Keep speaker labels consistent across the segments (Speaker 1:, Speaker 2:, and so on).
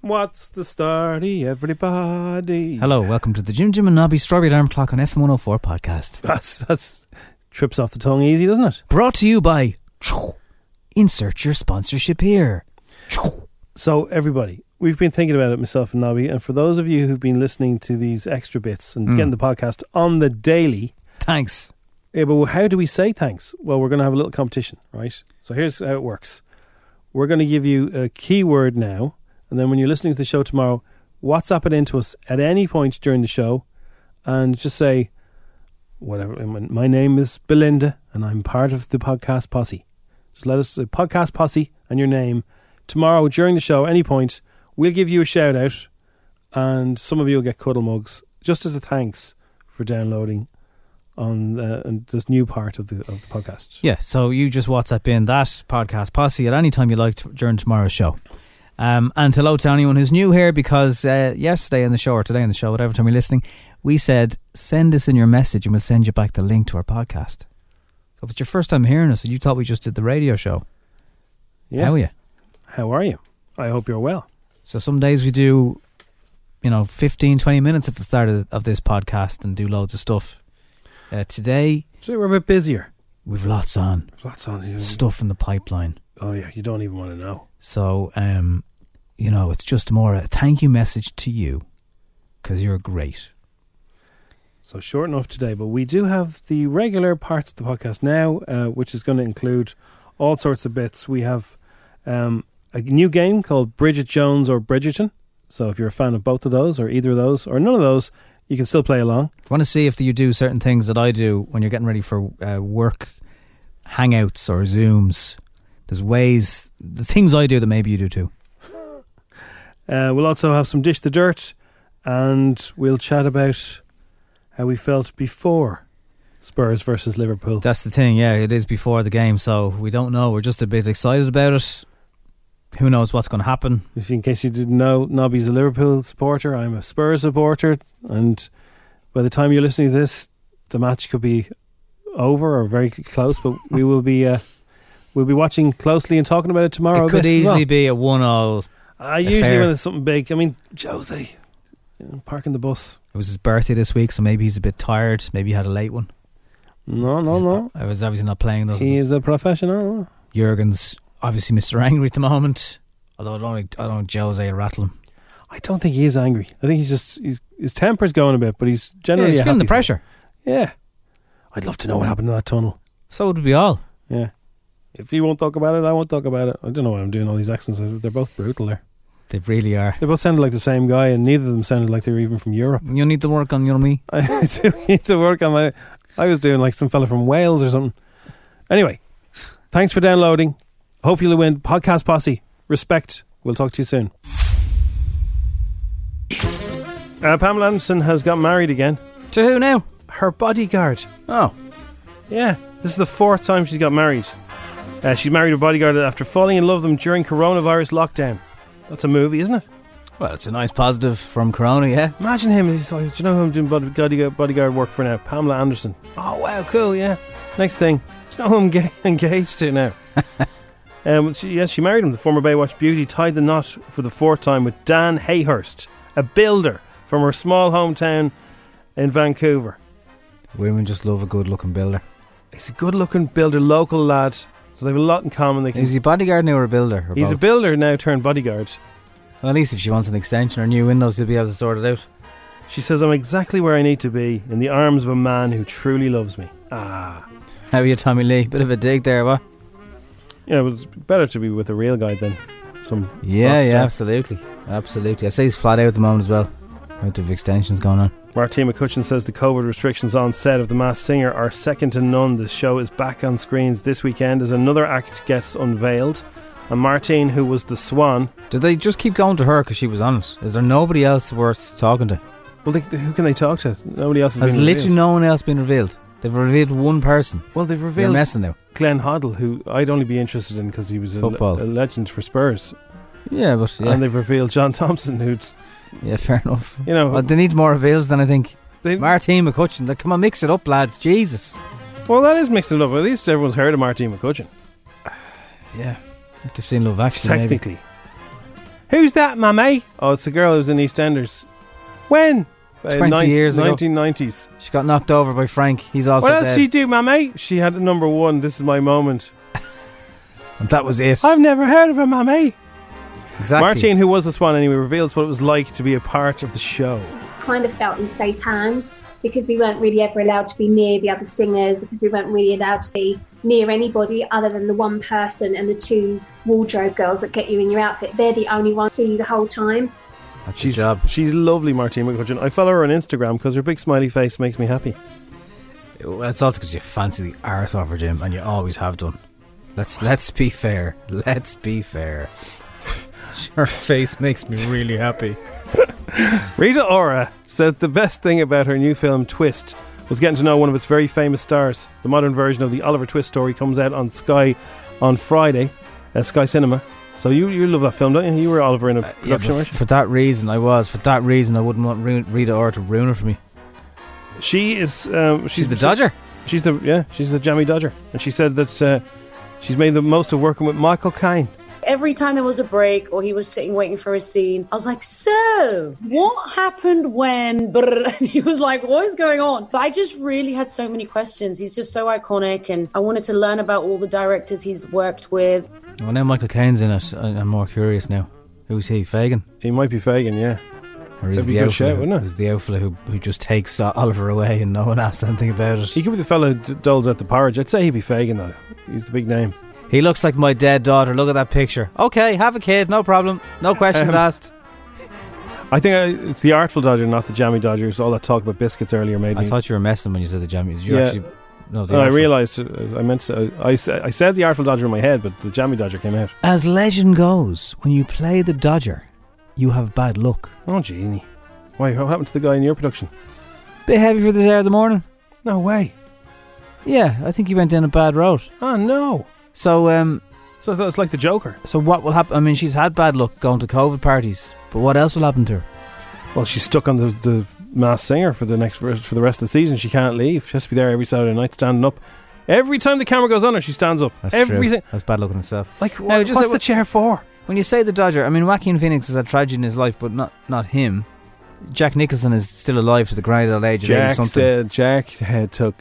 Speaker 1: What's the story, everybody?
Speaker 2: Hello, welcome to the Jim Jim and Nobby Strawberry Alarm Clock on FM 104 podcast.
Speaker 1: That's that's trips off the tongue easy, doesn't it?
Speaker 2: Brought to you by Choo. Insert your sponsorship here. Choo.
Speaker 1: So everybody, we've been thinking about it myself and Nobby, and for those of you who've been listening to these extra bits and getting the podcast on the daily,
Speaker 2: Thanks.
Speaker 1: yeah, but how do we say thanks? Well, we're going to have a little competition, right? So here's how it works: we're going to give you a keyword now, and then when you're listening to the show tomorrow, WhatsApp it into us at any point during the show, and just say whatever. My my name is Belinda, and I'm part of the podcast posse. Just let us say podcast posse and your name tomorrow during the show. Any point, we'll give you a shout out, and some of you will get cuddle mugs just as a thanks for downloading on the, on this new part of the of the podcast.
Speaker 2: Yeah, so you just WhatsApp in that podcast posse at any time you like t- during tomorrow's show. Um, and hello to anyone who's new here because uh, yesterday in the show or today in the show, whatever time you're listening, we said send us in your message and we'll send you back the link to our podcast. So if it's your first time hearing us and you thought we just did the radio show,
Speaker 1: Yeah.
Speaker 2: how are you?
Speaker 1: How are you? I hope you're well.
Speaker 2: So some days we do, you know, 15, 20 minutes at the start of, of this podcast and do loads of stuff. Uh, today,
Speaker 1: Today we're a bit busier.
Speaker 2: we've lots on,
Speaker 1: There's lots on here.
Speaker 2: stuff in the pipeline.
Speaker 1: Oh yeah, you don't even want to know.
Speaker 2: So, um, you know, it's just more a thank you message to you because you're great.
Speaker 1: So short enough today, but we do have the regular parts of the podcast now, uh, which is going to include all sorts of bits. We have um, a new game called Bridget Jones or Bridgerton. So if you're a fan of both of those, or either of those, or none of those, you can still play along.
Speaker 2: want to see if you do certain things that I do when you're getting ready for uh, work hangouts or Zooms. There's ways, the things I do that maybe you do too.
Speaker 1: Uh, we'll also have some Dish the Dirt, and we'll chat about how we felt before Spurs versus Liverpool.
Speaker 2: That's the thing, yeah, it is before the game, so we don't know. We're just a bit excited about it. Who knows what's going to happen?
Speaker 1: If in case you didn't know, Nobby's a Liverpool supporter. I'm a Spurs supporter, and by the time you're listening to this, the match could be over or very cl- close. But we will be uh, we'll be watching closely and talking about it tomorrow.
Speaker 2: it
Speaker 1: a
Speaker 2: could
Speaker 1: bit as
Speaker 2: easily
Speaker 1: well.
Speaker 2: be a one all. It
Speaker 1: I usually
Speaker 2: affair.
Speaker 1: when it's something big. I mean, Josie you know, parking the bus.
Speaker 2: was his birthday this week, so maybe he's a bit tired. Maybe he had a late one.
Speaker 1: No, no,
Speaker 2: He's
Speaker 1: no.
Speaker 2: not- I was obviously not playing those.
Speaker 1: He is a professional.
Speaker 2: Jurgen's obviously Mr. Angry at the moment. Although I don't, think- I don't think Jose will rattle him.
Speaker 1: I don't think he is angry. I think he's just he's, his temper's going a bit, but he's
Speaker 2: Yeah,
Speaker 1: generally
Speaker 2: he's
Speaker 1: a
Speaker 2: feeling the
Speaker 1: happy fella.
Speaker 2: pressure.
Speaker 1: Yeah, I'd love to know what happened in that tunnel.
Speaker 2: So would we all.
Speaker 1: Yeah. If he won't talk about it, I won't talk about it. I don't know why I'm doing all these accents. They're both brutal there.
Speaker 2: They really are.
Speaker 1: They both sounded like the same guy, and neither of them sounded like they were even from Europe.
Speaker 2: You need to work on your me.
Speaker 1: I do need to work on my. I was doing like some fella from Wales or something. Anyway, thanks for downloading. Hope you'll win. Podcast Posse. Respect. We'll talk to you soon. Uh, Pamela Anderson has got married again.
Speaker 2: To who now?
Speaker 1: Her bodyguard.
Speaker 2: Oh,
Speaker 1: Yeah, this is the fourth time she's got married. Uh, she married her bodyguard after falling in love with him during coronavirus lockdown. That's a movie, isn't it?
Speaker 2: well, it's a nice positive from Corona, yeah.
Speaker 1: Imagine him. He's like, do you know who I'm doing body- bodyguard, bodyguard work for now? Pamela Anderson. Oh, wow, cool, yeah. Next thing, do you know who I'm ga- engaged to now? um, she, yes, she married him. The former Baywatch beauty tied the knot for the fourth time with Dan Hayhurst, a builder from her small hometown in Vancouver.
Speaker 2: Women just love a good looking builder.
Speaker 1: He's a good looking builder, local lad. So they have a lot in common. They can,
Speaker 2: Is he a bodyguard now or a builder? Or
Speaker 1: he's a
Speaker 2: both?
Speaker 1: builder now turned bodyguard.
Speaker 2: Well, at least if she wants an extension or new windows, he'll be able to sort it out.
Speaker 1: She says, I'm exactly where I need to be in the arms of a man who truly loves me. Ah.
Speaker 2: How are you, Tommy Lee? Bit of a dig there, what?
Speaker 1: Yeah, well, it's better to be with a real guy than some.
Speaker 2: Yeah,
Speaker 1: rock
Speaker 2: yeah,
Speaker 1: star.
Speaker 2: absolutely, absolutely. I say he's flat out at the moment as well. Out of extensions going on.
Speaker 1: Martin McCutcheon says the COVID restrictions on set of The Masked Singer are second to none. The show is back on screens this weekend as another act gets unveiled. And Martin, who was the swan,
Speaker 2: Did they just keep going to her because she was on it? Is there nobody else worth talking to?
Speaker 1: well, they, who can they talk to? Nobody else has,
Speaker 2: Has
Speaker 1: been
Speaker 2: literally
Speaker 1: revealed.
Speaker 2: no one else been revealed? They've revealed one person.
Speaker 1: Well, they've
Speaker 2: They're
Speaker 1: revealed
Speaker 2: messing now.
Speaker 1: Glenn Hoddle, who I'd only be interested in because he was a,
Speaker 2: Football.
Speaker 1: a legend for Spurs,
Speaker 2: Yeah, but yeah,
Speaker 1: and they've revealed John Thompson, who
Speaker 2: yeah fair enough.
Speaker 1: you know
Speaker 2: Well, they need more reveals than I think.
Speaker 1: they,
Speaker 2: Martin McCutcheon, like, come on, mix it up, lads. Jesus.
Speaker 1: well that is mixing it up. At least everyone's heard of Martin McCutcheon.
Speaker 2: Yeah, if they've seen Love Actually. maybe.
Speaker 1: Technically, who's that, mammy? Oh, it's a girl who's in EastEnders. When? Uh,
Speaker 2: 20 years ago.
Speaker 1: nineteen nineties.
Speaker 2: she got knocked over by Frank. He's also
Speaker 1: What else
Speaker 2: dead.
Speaker 1: she do, mammy? She had a number one. This is my moment.
Speaker 2: and that was it.
Speaker 1: I've never heard of her, mammy.
Speaker 2: exactly.
Speaker 1: Martin, who was the swan anyway, reveals what it was like to be a part of the show.
Speaker 3: kind of felt in safe hands because we weren't really ever allowed to be near the other singers because we weren't really allowed to be near anybody other than the one person and the two wardrobe girls that get you in your outfit. They're the only ones see you the whole time.
Speaker 2: That's
Speaker 1: She's
Speaker 2: your job.
Speaker 1: she's lovely, Martine McCutcheon. I follow her on Instagram because her big smiley face makes me happy.
Speaker 2: Well, it's also because you fancy the arse off her, Jim, and you always have done. Let's let's be fair. Let's be fair. Her face makes me really happy.
Speaker 1: Rita Ora said the best thing about her new film Twist was getting to know one of its very famous stars. The modern version of the Oliver Twist story comes out on Sky on Friday, at Sky Cinema. So you you love that film, don't you? You were Oliver in a
Speaker 2: Uh, Yeah,
Speaker 1: production.
Speaker 2: but
Speaker 1: weren't you?
Speaker 2: for that reason, I was. For that reason, I wouldn't want ruin, Rita Ora to ruin it for me.
Speaker 1: she is um, she's,
Speaker 2: She's the Dodger.
Speaker 1: She's the yeah she's the jammy dodger, and she said that uh, she's made the most of working with Michael Caine.
Speaker 4: Every time there was a break or he was sitting waiting for a scene, I was like, So, what happened when? brr?" And he was like, What is going on? But I just really had so many questions. He's just so iconic, and I wanted to learn about all the directors he's worked with.
Speaker 2: Well, now Michael Caine's in it. I, I'm more curious now. Who's he? Fagan?
Speaker 1: He might be Fagin, yeah.
Speaker 2: Or is
Speaker 1: That'd be
Speaker 2: the
Speaker 1: a good
Speaker 2: outfit?
Speaker 1: shout, wouldn't it?
Speaker 2: Is the outfit who, who just takes uh, Oliver away and no one asks anything about it?
Speaker 1: He
Speaker 2: He,
Speaker 1: could be the fellow that doles out the porridge. I'd say he'd be Fagin though. He's the big name.
Speaker 2: looks like my dead daughter. Look at that picture. Okay, have a kid. No problem. No questions
Speaker 1: Um,
Speaker 2: asked.
Speaker 1: I think I, it's the artful dodger, not the jammy dodger. So all that talk about biscuits earlier made
Speaker 2: I
Speaker 1: me.
Speaker 2: thought you were messing when you said the jammy. Did you
Speaker 1: Yeah.
Speaker 2: actually? No, the
Speaker 1: And I
Speaker 2: outfit.
Speaker 1: realised uh, I meant to, I, sa- I said the artful dodger in my head, but the jammy dodger came out.
Speaker 2: As legend goes, when you play the Dodger, you have bad luck.
Speaker 1: Oh genie, why? What happened to the guy in your production?
Speaker 2: Bit heavy for this hour of the morning.
Speaker 1: No way.
Speaker 2: Yeah, I think he went down a bad road.
Speaker 1: Oh no.
Speaker 2: So, um,
Speaker 1: So that's like the Joker.
Speaker 2: so what will happen? I mean, she's had bad luck going to COVID parties, but what else will happen to her?
Speaker 1: Well, she's stuck on the the mass singer for the next for the rest of the season. She can't leave. She has to be there every Saturday night, standing up. Every time the camera goes on her, she stands up.
Speaker 2: That's
Speaker 1: every
Speaker 2: true.
Speaker 1: si-
Speaker 2: That's bad luck in itself.
Speaker 1: like
Speaker 2: No,
Speaker 1: what- what's
Speaker 2: just like
Speaker 1: the
Speaker 2: what-
Speaker 1: chair for?
Speaker 2: When you say the Dodger, I mean Joaquin Phoenix has had tragedy in his life, but not not him. Jack Nicholson is still alive to the grand old age of eighty
Speaker 1: Jack
Speaker 2: something.
Speaker 1: said. Jack had took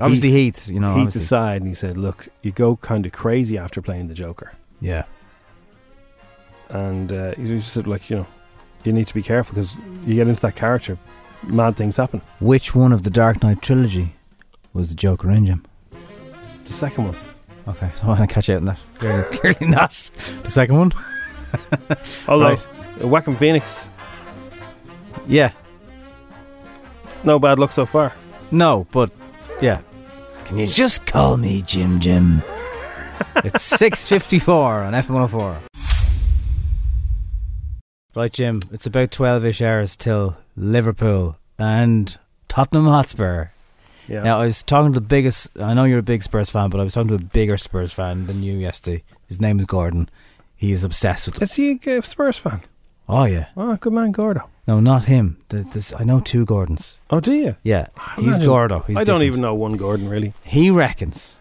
Speaker 2: obviously, Heath, you know,
Speaker 1: he
Speaker 2: obviously.
Speaker 1: decided and he said, "Look, you go kind of crazy after playing the Joker,
Speaker 2: yeah,
Speaker 1: and uh, he just said, like, you know, you need to be careful because you get into that character, mad things happen."
Speaker 2: which one of the Dark Knight trilogy was the Joker in Jim?
Speaker 1: The second one,
Speaker 2: Okay, so I want to catch out on that. Clearly, clearly not. The second one?
Speaker 1: although
Speaker 2: Right.
Speaker 1: uh, Whacking Phoenix,
Speaker 2: Yeah.
Speaker 1: no bad luck so far.
Speaker 2: No, but yeah. Can you just call me Jim Jim? it's 6.54 on F104. Right, Jim, it's about 12-ish hours till Liverpool and Tottenham Hotspur.
Speaker 1: Yeah,
Speaker 2: Now, I was talking to the biggest... I know you're a big Spurs fan, but I was talking to a bigger Spurs fan than you yesterday. His name is Gordon. He is obsessed with...
Speaker 1: is he a Spurs fan?
Speaker 2: Oh, yeah.
Speaker 1: Oh, good man, Gordo.
Speaker 2: No, not him. Th- this- I know two Gordons.
Speaker 1: Oh, do you?
Speaker 2: Yeah,
Speaker 1: I'm
Speaker 2: he's
Speaker 1: not-
Speaker 2: Gordo. He's
Speaker 1: I don't
Speaker 2: different.
Speaker 1: even know one Gordon really.
Speaker 2: He reckons,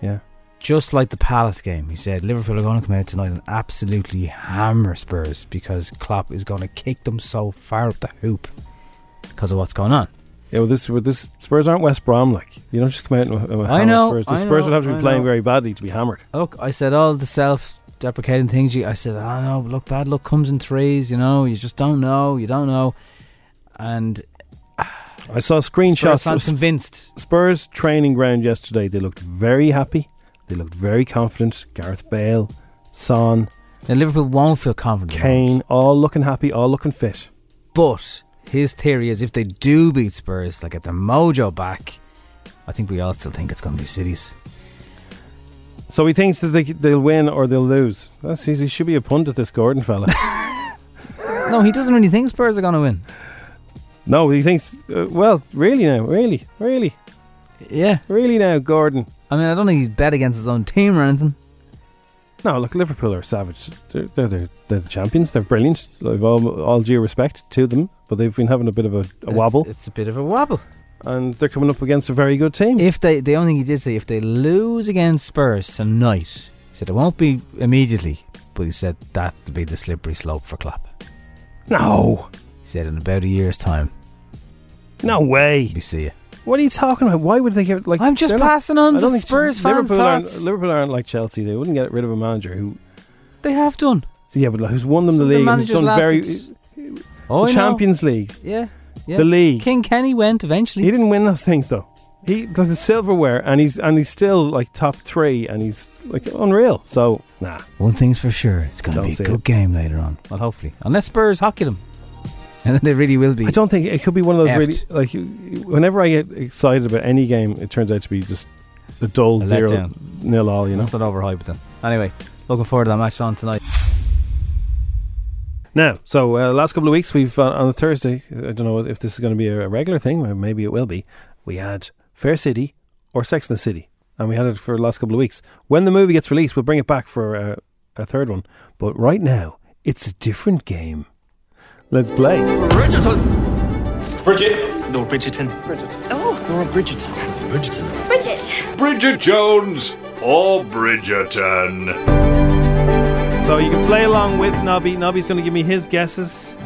Speaker 1: Yeah,
Speaker 2: just like the Palace game, he said Liverpool are going to come out tonight and absolutely hammer Spurs because Klopp is going to kick them so far up the hoop because of what's going on.
Speaker 1: Yeah, well, this, well, this Spurs aren't West Brom. Like you don't just come out and uh, hammer
Speaker 2: know,
Speaker 1: Spurs. The
Speaker 2: I
Speaker 1: Spurs
Speaker 2: know,
Speaker 1: would have to
Speaker 2: I
Speaker 1: be playing
Speaker 2: know.
Speaker 1: very badly to be hammered.
Speaker 2: Look, I said all the self deprecating things. You, I said, I oh, know, look, bad luck comes in threes, you know, you just don't know, you don't know. And
Speaker 1: I saw
Speaker 2: Spurs
Speaker 1: screenshots of
Speaker 2: fans convinced.
Speaker 1: Spurs training ground yesterday. They looked very happy. They looked very confident. Gareth Bale, Son,
Speaker 2: Now, Liverpool won't feel confident. about it.
Speaker 1: Kane, all looking happy, all looking fit.
Speaker 2: But his theory is if they do beat Spurs, they get their mojo back. I think we all still think it's going to be Cities.
Speaker 1: So he thinks that they, they'll win or they'll lose. That's easy. He should be a pundit, this Gordon fella.
Speaker 2: No, he doesn't really think Spurs are going to win.
Speaker 1: no, he thinks. Uh, well, really now, really, really,
Speaker 2: Yeah.
Speaker 1: really now, Gordon.
Speaker 2: I mean, I don't think he'd bet against his own team or anything.
Speaker 1: No, look, Liverpool are savage. They're they're, they're, they're the champions. They're brilliant. I've all, all due respect to them, but they've been having a bit of a, a
Speaker 2: It's-
Speaker 1: wobble,
Speaker 2: It's a bit of a wobble.
Speaker 1: and they're coming up against a very good team.
Speaker 2: If they, the only thing he did say, if they lose against Spurs tonight, he said it won't be immediately, but he said that'll be the slippery slope for Klopp.
Speaker 1: no,
Speaker 2: He said in about a year's time,
Speaker 1: no way.
Speaker 2: we see you.
Speaker 1: What are you talking about? Why would they give like?
Speaker 2: I'm just
Speaker 1: they're not-
Speaker 2: passing on
Speaker 1: I don't
Speaker 2: the
Speaker 1: think
Speaker 2: Spurs fans'
Speaker 1: Liverpool aren't,
Speaker 2: thoughts.
Speaker 1: Liverpool aren't like Chelsea. They wouldn't get rid of a manager who,
Speaker 2: They have done.
Speaker 1: yeah, but like, who's won them
Speaker 2: Some
Speaker 1: the
Speaker 2: of their
Speaker 1: league, and
Speaker 2: managers
Speaker 1: who's done very
Speaker 2: lasted- Oh, I
Speaker 1: the
Speaker 2: know.
Speaker 1: Champions League,
Speaker 2: Yeah, yeah.
Speaker 1: the league.
Speaker 2: King Kenny went eventually.
Speaker 1: He didn't win those things though. He got the silverware, and he's and he's still like top three, and he's like unreal. So nah.
Speaker 2: One thing's for sure, it's going to
Speaker 1: Don't
Speaker 2: be a
Speaker 1: say
Speaker 2: good
Speaker 1: it.
Speaker 2: game later on. Well, hopefully, unless Spurs hockey them, and then they really will be.
Speaker 1: I don't think it could be one of those
Speaker 2: Effed.
Speaker 1: really like. you- Whenever I get excited about any game, it turns out to be just a dull
Speaker 2: A
Speaker 1: zero
Speaker 2: letdown.
Speaker 1: nil all. You know.
Speaker 2: Let's not overhype them. Anyway, looking forward to that match on tonight.
Speaker 1: Now, so uh, last couple of weeks we've uh, on a Thursday. I don't know if this is going to be a regular thing, or maybe it will be. We had Fair City or Sex in the City, and we had it for the last couple of weeks. When the movie gets released, we'll bring it back for uh, a third one. But right now, it's a different game. Let's play.
Speaker 5: Bridgerton!
Speaker 6: Bridget.
Speaker 7: Nor Bridgerton. Bridget. Oh. Nor Bridgerton. Bridgerton.
Speaker 8: Bridget.
Speaker 6: Bridget Jones or Bridgerton.
Speaker 1: So you can play along with Nobby. Nobby's going to give me his guesses,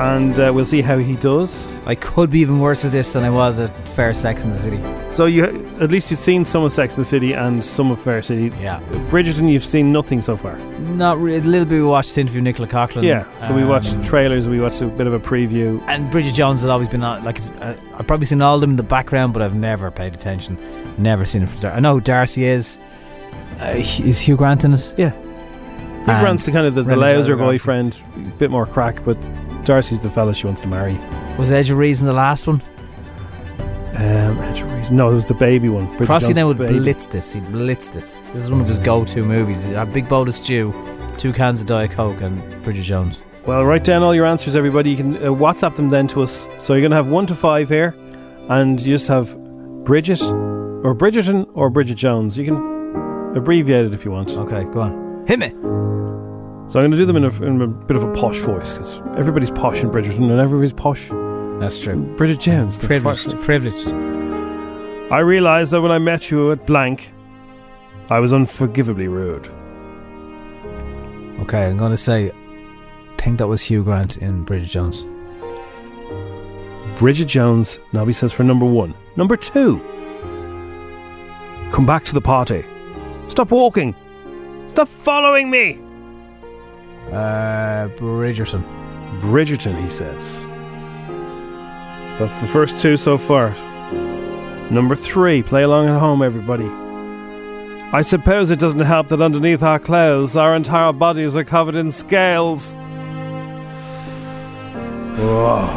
Speaker 1: and uh, we'll see how he does.
Speaker 2: I could be even worse at this than I was at Fair Sex in the City.
Speaker 1: So you, at least you've seen some of Sex in the City and some of Fair City.
Speaker 2: Yeah.
Speaker 1: Bridgerton, you've seen nothing so far.
Speaker 2: Not re- a little bit. We watched the interview with Nicola Coughlin.
Speaker 1: Yeah, so we
Speaker 2: um,
Speaker 1: watched trailers, we watched a bit of a preview.
Speaker 2: And Bridget Jones has always been on. Like it's, uh, I've probably seen all of them in the background, but I've never paid attention. Never seen it from Dar- I know who Darcy is. Uh, is Hugh Grant in it?
Speaker 1: Yeah. He
Speaker 2: And
Speaker 1: runs the kind of the, the
Speaker 2: Ren's
Speaker 1: louser
Speaker 2: other
Speaker 1: boyfriend, a bit more crack, but Darcy's the fella she wants to marry.
Speaker 2: Was Edge of Reason the last one?
Speaker 1: Um, I don't really- no, it was the baby one. Bridget
Speaker 2: Crossy
Speaker 1: Jones'
Speaker 2: then would
Speaker 1: baby.
Speaker 2: blitz this. He'd blitz this. This is one of his go-to movies. A big bowl of stew, two cans of Diet Coke, and Bridget Jones.
Speaker 1: Well, write down all your answers, everybody. You can uh, WhatsApp them then to us. So you're going to have one to five here, and you just have Bridget, or Bridgerton, or Bridget Jones. You can abbreviate it if you want.
Speaker 2: Okay, go on. Hit me.
Speaker 1: So I'm going to do them in a, in a bit of a posh voice because everybody's posh in Bridgerton, and everybody's posh.
Speaker 2: That's true.
Speaker 1: Bridget Jones, the
Speaker 2: Privileged.
Speaker 1: fuck-
Speaker 2: Privileged.
Speaker 1: I realised that when I met you at blank, I was unforgivably rude.
Speaker 2: Okay, I'm gonna say. Think that was Hugh Grant in Bridget Jones.
Speaker 1: Bridget Jones, Nobby says for number one. Number two. Come back to the party. Stop walking. Stop following me.
Speaker 2: Uh, Bridgerton.
Speaker 1: Bridgerton, he says. That's the first two so far. Number three, play along at home, everybody. I suppose it doesn't help that underneath our clothes, our entire bodies are covered in scales. Whoa.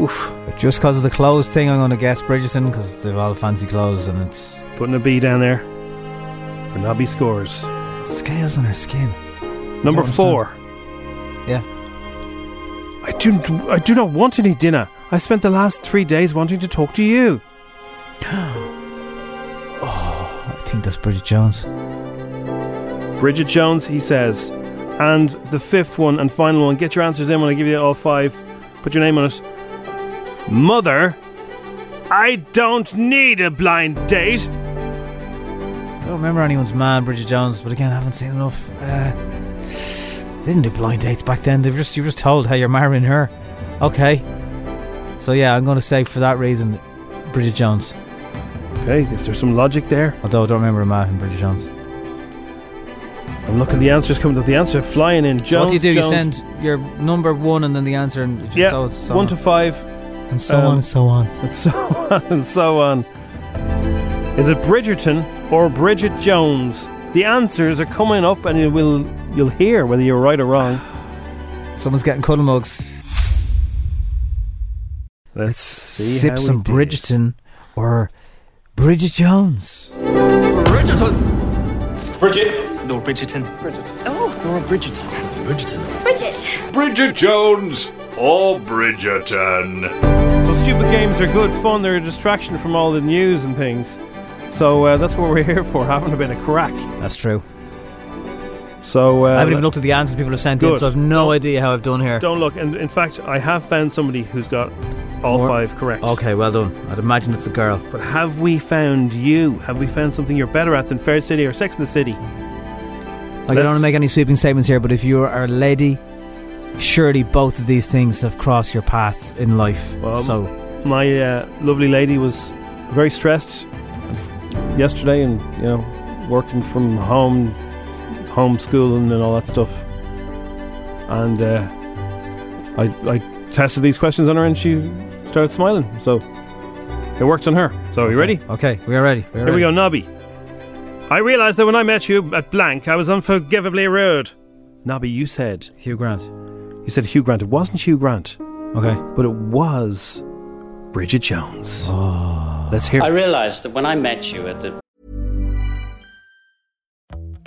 Speaker 1: Oof.
Speaker 2: Just because of the clothes thing, I'm gonna guess Bridgerton because they've all fancy clothes and it's
Speaker 1: Putting a B down there for Nobby scores.
Speaker 2: scales on her skin.
Speaker 1: Number
Speaker 2: Don't
Speaker 1: four.
Speaker 2: Yeah.
Speaker 1: I do, I do not want any dinner. I spent the last three days wanting to talk to you.
Speaker 2: I think that's Bridget Jones.
Speaker 1: Bridget Jones, he says. And the fifth one and final one. Get your answers in when I give you all five. Put your name on it. Mother, I don't need a blind date.
Speaker 2: I don't remember anyone's man, Bridget Jones, but again, I haven't seen enough. Uh, they didn't do blind dates back then. They were just you were just told how you're marrying her. Okay. So yeah, I'm going to say for that reason, Bridget Jones.
Speaker 1: Okay, is there some logic there?
Speaker 2: Although I don't remember Matt and Bridget Jones.
Speaker 1: I'm looking. The answer's coming up. The answer flying in. Jones.
Speaker 2: so what do you do?
Speaker 1: Jones,
Speaker 2: You send your number one and then the answer, and just
Speaker 1: yeah,
Speaker 2: so, so
Speaker 1: one
Speaker 2: on.
Speaker 1: to five,
Speaker 2: and so
Speaker 1: um,
Speaker 2: on and so on.
Speaker 1: and so on and so on. Is it Bridgerton or Bridget Jones? The answers are coming up, and you will you'll hear whether you're right or wrong.
Speaker 2: Someone's getting cuddle mugs.
Speaker 1: Let's see
Speaker 2: Sip
Speaker 1: how we
Speaker 2: some
Speaker 1: did.
Speaker 2: Bridgerton or Bridget Jones.
Speaker 7: Bridgerton.
Speaker 6: Bridget.
Speaker 7: Nor Bridgerton. Bridgerton. Oh. Nor Bridgerton. Bridgerton.
Speaker 3: Bridget.
Speaker 6: Bridget Jones or Bridgerton.
Speaker 1: So stupid games are good fun. They're a distraction from all the news and things. So uh, that's what we're here for, having a bit of crack.
Speaker 2: That's true.
Speaker 1: So uh,
Speaker 2: I haven't even looked at the answers people have sent in,
Speaker 1: Good.
Speaker 2: so I've no idea how I've done here.
Speaker 1: Don't look. And in fact, I have found somebody who's got all
Speaker 2: More-
Speaker 1: five correct.
Speaker 2: Okay, well done. I'd imagine it's a girl.
Speaker 1: But have we found you? Have we found something you're better at than Fair City or Sex in the City?
Speaker 2: Like, I don't want
Speaker 1: Let's-
Speaker 2: to make any sweeping statements here, but if you are a lady, surely both of these things have crossed your path in life.
Speaker 1: Well,
Speaker 2: so,
Speaker 1: My uh, lovely lady was very stressed f- yesterday, and you know, working from home, homeschooling, and all that stuff. And uh, I, I tested these questions on her, and she started smiling. So it worked on her. So are you ready?
Speaker 2: okay, we are ready. We are
Speaker 1: Here we go,
Speaker 2: ready.
Speaker 1: Nobby. I realised that when I met you at blank, I was unforgivably rude. Nobby, you said.
Speaker 2: Hugh Grant.
Speaker 1: You said Hugh Grant. It wasn't Hugh Grant,
Speaker 2: Okay.
Speaker 1: but it was Bridget Jones. Let's hear
Speaker 8: I realized that when I met you at the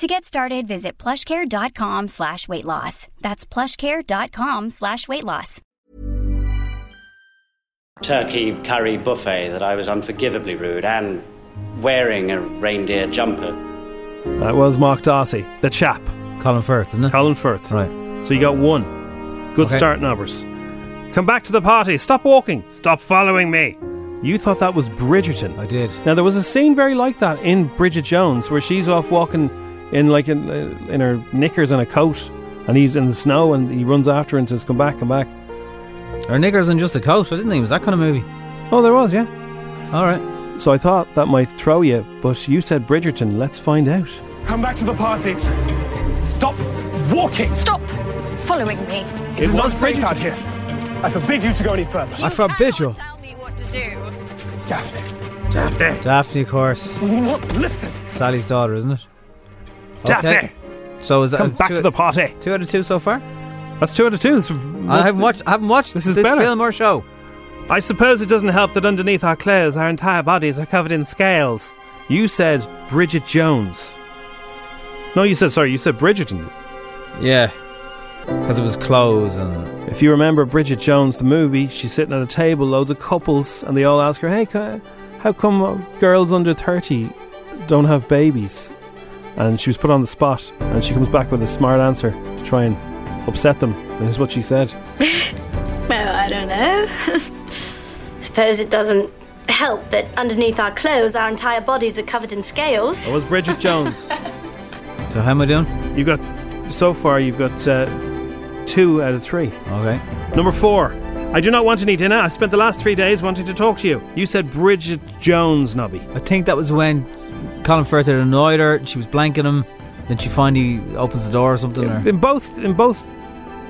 Speaker 9: To get started, visit plushcare.com slash weight loss. That's plushcare.com slash weight loss.
Speaker 8: turkey curry buffet that I was unforgivably rude and wearing a reindeer jumper.
Speaker 1: it. That was Mark Darcy, the chap,
Speaker 2: Colin Firth, isn't it?
Speaker 1: Colin Firth.
Speaker 2: right.
Speaker 1: So you got one. Good
Speaker 2: Okay.
Speaker 1: start, Nobbers. Come back to the party. Stop walking. Stop following me. You thought that was Bridgerton.
Speaker 2: I did.
Speaker 1: Now there was a scene very like that in Bridget Jones, where she's off walking in like in, uh, in her knickers and a coat, and he's in the snow, and he runs after her and says, "Come back, come back."
Speaker 2: Or Knickers and Just a Coat. I didn't think it was that kind of movie.
Speaker 1: Oh, there was, yeah.
Speaker 2: All right.
Speaker 1: So I thought that might throw you, but you said Bridgerton. Let's find out.
Speaker 10: Come back to the party. Stop walking.
Speaker 11: Stop following me.
Speaker 10: It was safe out here. I forbid you to go any further.
Speaker 2: I forbid you.
Speaker 11: Tell me what to do.
Speaker 10: Daphne,
Speaker 1: Daphne.
Speaker 2: Daphne, of course.
Speaker 10: will you not listen?
Speaker 2: Sally's daughter, isn't it?
Speaker 1: Daphne,
Speaker 2: So is that
Speaker 1: come back
Speaker 2: two,
Speaker 1: to the party.
Speaker 2: two out of two so far?
Speaker 1: That's two out of two. That's-
Speaker 2: I haven't watched. I haven't watched
Speaker 1: This is better.
Speaker 2: film or show.
Speaker 1: I suppose it doesn't help that underneath our clothes, our entire bodies are covered in scales. You said Bridget Jones. No, you said, sorry, you said Bridgerton.
Speaker 2: Yeah, because it was clothes and
Speaker 1: If you remember Bridget Jones, the movie, she's sitting at a table, loads of couples, and they all ask her, hey, co- how come uh, girls under 30 don't have babies? And she was put on the spot, and she comes back with a smart answer to try and upset them. And this is what she said.
Speaker 3: Oh,
Speaker 12: Well, I don't know. Suppose it doesn't
Speaker 3: help that underneath our clothes, our entire bodies are covered in scales.
Speaker 1: That was Bridget Jones.
Speaker 2: So how am I doing?
Speaker 1: You've got so far you've got uh, two out of three.
Speaker 2: Okay.
Speaker 1: Number four. I do not want any dinner. I spent the last three days wanting to talk to you. You said Bridget Jones, Nobby.
Speaker 2: I think that was when Colin Firth had annoyed her. She was blanking him. Then she finally opens the door or something. or-
Speaker 1: In both in both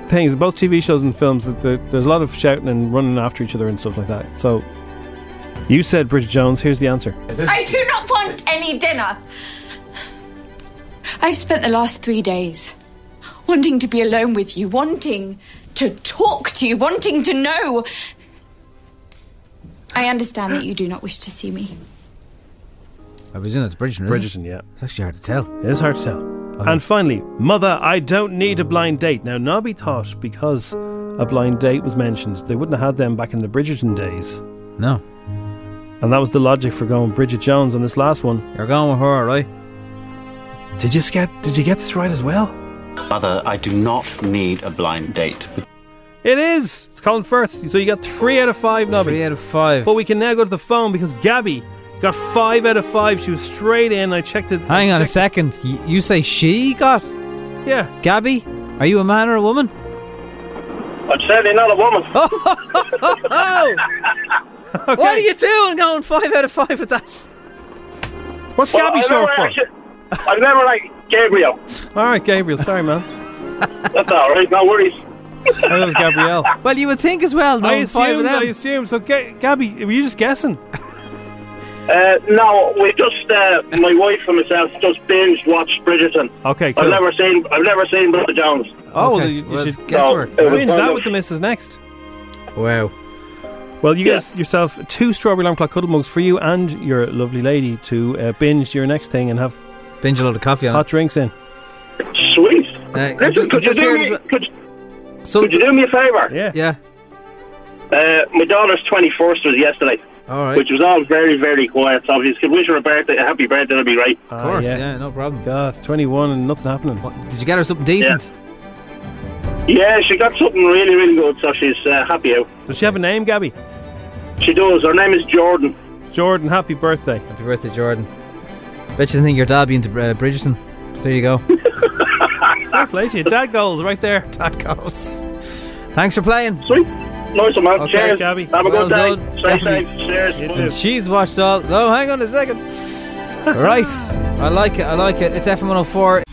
Speaker 1: things, both TV shows and films, that there- there's a lot of shouting and running after each other and stuff like that. So you said Bridget Jones. Here's the answer.
Speaker 13: I do not want any dinner. I've spent the last three days wanting to be alone with you, wanting to talk to you, wanting to know. I understand that you do not wish to see me.
Speaker 2: I presume that's Bridgerton. Isn't
Speaker 1: Bridgerton, yeah.
Speaker 2: It's actually hard to tell.
Speaker 1: It is hard to tell. Uh-huh. And finally, Mother, I don't need a blind date. Now, Nobby thought because a blind date was mentioned, they wouldn't have had them back in the Bridgerton days.
Speaker 2: No.
Speaker 1: And that was the logic for going Bridget Jones on this last one.
Speaker 2: You're going with her, right?
Speaker 1: Did you get Did you get this right as well?
Speaker 14: Mother, I do not need a blind date.
Speaker 1: It is. It's Colin Firth. So you got three out of five, Nobby.
Speaker 2: Three out of five.
Speaker 1: But we can now go to the phone because Gabby got five out of five. She was straight in. I checked it.
Speaker 2: Hang on a second. Y- you say she got?
Speaker 1: Yeah.
Speaker 2: Gabby, are you a man or a woman?
Speaker 15: I'm certainly not a woman.
Speaker 2: What are you doing going five out of five with that?
Speaker 1: What's
Speaker 15: Well,
Speaker 1: Gabby
Speaker 15: I
Speaker 1: short
Speaker 15: never
Speaker 1: for?
Speaker 15: actually- I never like Gabriel.
Speaker 1: All right, Gabriel. Sorry, man.
Speaker 15: That's all right. No worries.
Speaker 1: that was Gabrielle.
Speaker 2: Well, you would think as well. No,
Speaker 1: I
Speaker 2: five of
Speaker 1: assume.
Speaker 2: them.
Speaker 1: I assume. So, Ga- Gabby, were you just guessing?
Speaker 15: Uh, no, we just uh, my wife and myself just binge watched Bridgerton.
Speaker 1: Okay,
Speaker 15: I've
Speaker 1: cool.
Speaker 15: never seen. I've never seen Brother Jones.
Speaker 1: Oh, well, you, you should
Speaker 15: guesswork. No, it was
Speaker 1: When's
Speaker 15: kind
Speaker 1: that
Speaker 15: of-
Speaker 1: with the missus next?
Speaker 2: Wow.
Speaker 1: Well, you get yourself two strawberry alarm clock cuddle mugs for you and your lovely lady to uh, binge your next thing and have
Speaker 2: binge a load of coffee on
Speaker 1: hot drinks in.
Speaker 15: Sweet.
Speaker 2: Uh,
Speaker 15: Listen, could you
Speaker 2: just
Speaker 15: do
Speaker 2: heard
Speaker 15: me?
Speaker 2: as well-
Speaker 15: Could,
Speaker 2: So-
Speaker 15: could you do me a favour?
Speaker 1: Yeah.
Speaker 2: Yeah.
Speaker 15: Uh, my daughter's twenty first was yesterday.
Speaker 2: All right.
Speaker 15: Which was all very, very quiet. So if you could wish her a birthday, a happy birthday, that'd be great.
Speaker 1: Of
Speaker 2: course, yeah, no problem.
Speaker 1: Ah, God, 21 and nothing happening.
Speaker 2: Did you get her something decent?
Speaker 15: Yeah, she got something really, really good, so she's uh, happy out.
Speaker 1: Does she have a name, Gabby?
Speaker 15: She does. Her name is Jordan.
Speaker 1: Jordan, happy birthday.
Speaker 2: Happy birthday, Jordan. Bet you think your dad be into uh, Bridgerton. There you go.
Speaker 1: Fair play to you. Dad goals right there.
Speaker 2: Dad goals. Thanks for playing.
Speaker 15: Sweet. Nice one, man.
Speaker 2: Okay,
Speaker 15: Cheers.
Speaker 2: Gabby.
Speaker 15: Have a
Speaker 2: Well
Speaker 15: good day.
Speaker 2: done.
Speaker 15: Stay
Speaker 2: Gabby.
Speaker 15: safe. Cheers.
Speaker 2: And she's watched all. No, hang on a second. right. I like it. I like it. It's FM 104.